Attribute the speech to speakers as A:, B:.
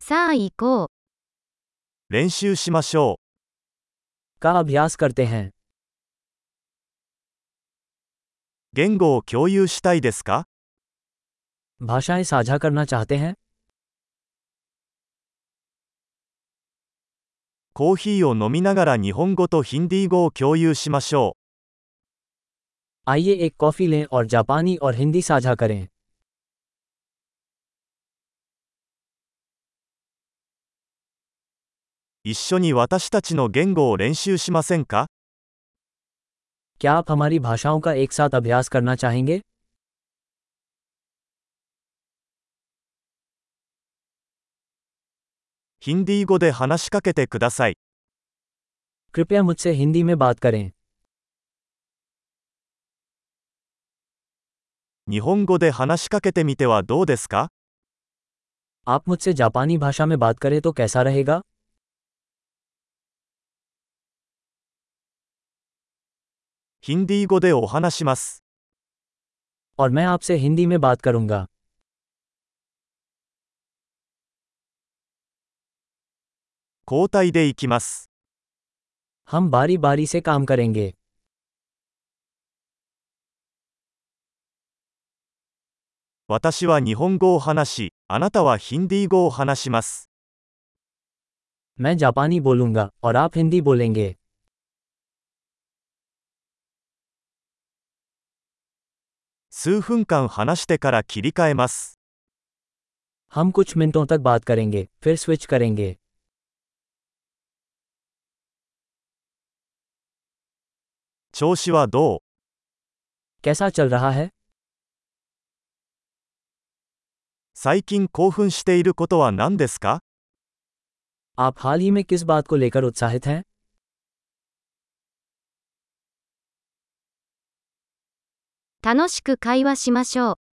A: さあ行こう。
B: 練習しましょう。
C: का अभ्यास करते हैं
B: 言語を共有したいですか
C: भाषाएं साझा करना चाहते हैं
B: コーヒーを飲みながら日本語とヒンディー語を共有しましょ
C: आइए एक कॉफ़ी लें और जापानी और हिंदी साझा करें
B: う。一緒に私たちの言語を練習しませんか
C: क्या आप हमारी भाषाओं का एक साथ अभ्यास करना चाहेंगे
B: ヒンディー語で話しかけてください。
C: कृपया मुझसे हिंदी में बात करें
B: 日本語で話しかけてみてはどうですか
C: आप मुझसे जापानी भाषा में बात करें तो कैसा रहेगा
B: ヒンディー語でお話します。
C: और मैं आपसे हिंदी में बात करूंगा
B: 交代でいきます。
C: हम बारी बारी से काम करेंगे
B: 私は日本語を話し、あなたはヒンディー語を話します。
C: मैं जापानी बोलूंगा और आप हिंदी बोलेंगे
B: 数分間話してから切り替えます。
C: हम कुछ मिनटों तक बात करेंगे फिर स्विच करेंगे
B: 調子はどう
C: कैसा चल रहा है
B: 最近興奮していることは何ですか
C: आप हाल ही में किस बात को लेकर उत्साहित हैं
A: 楽しく会話しましょう。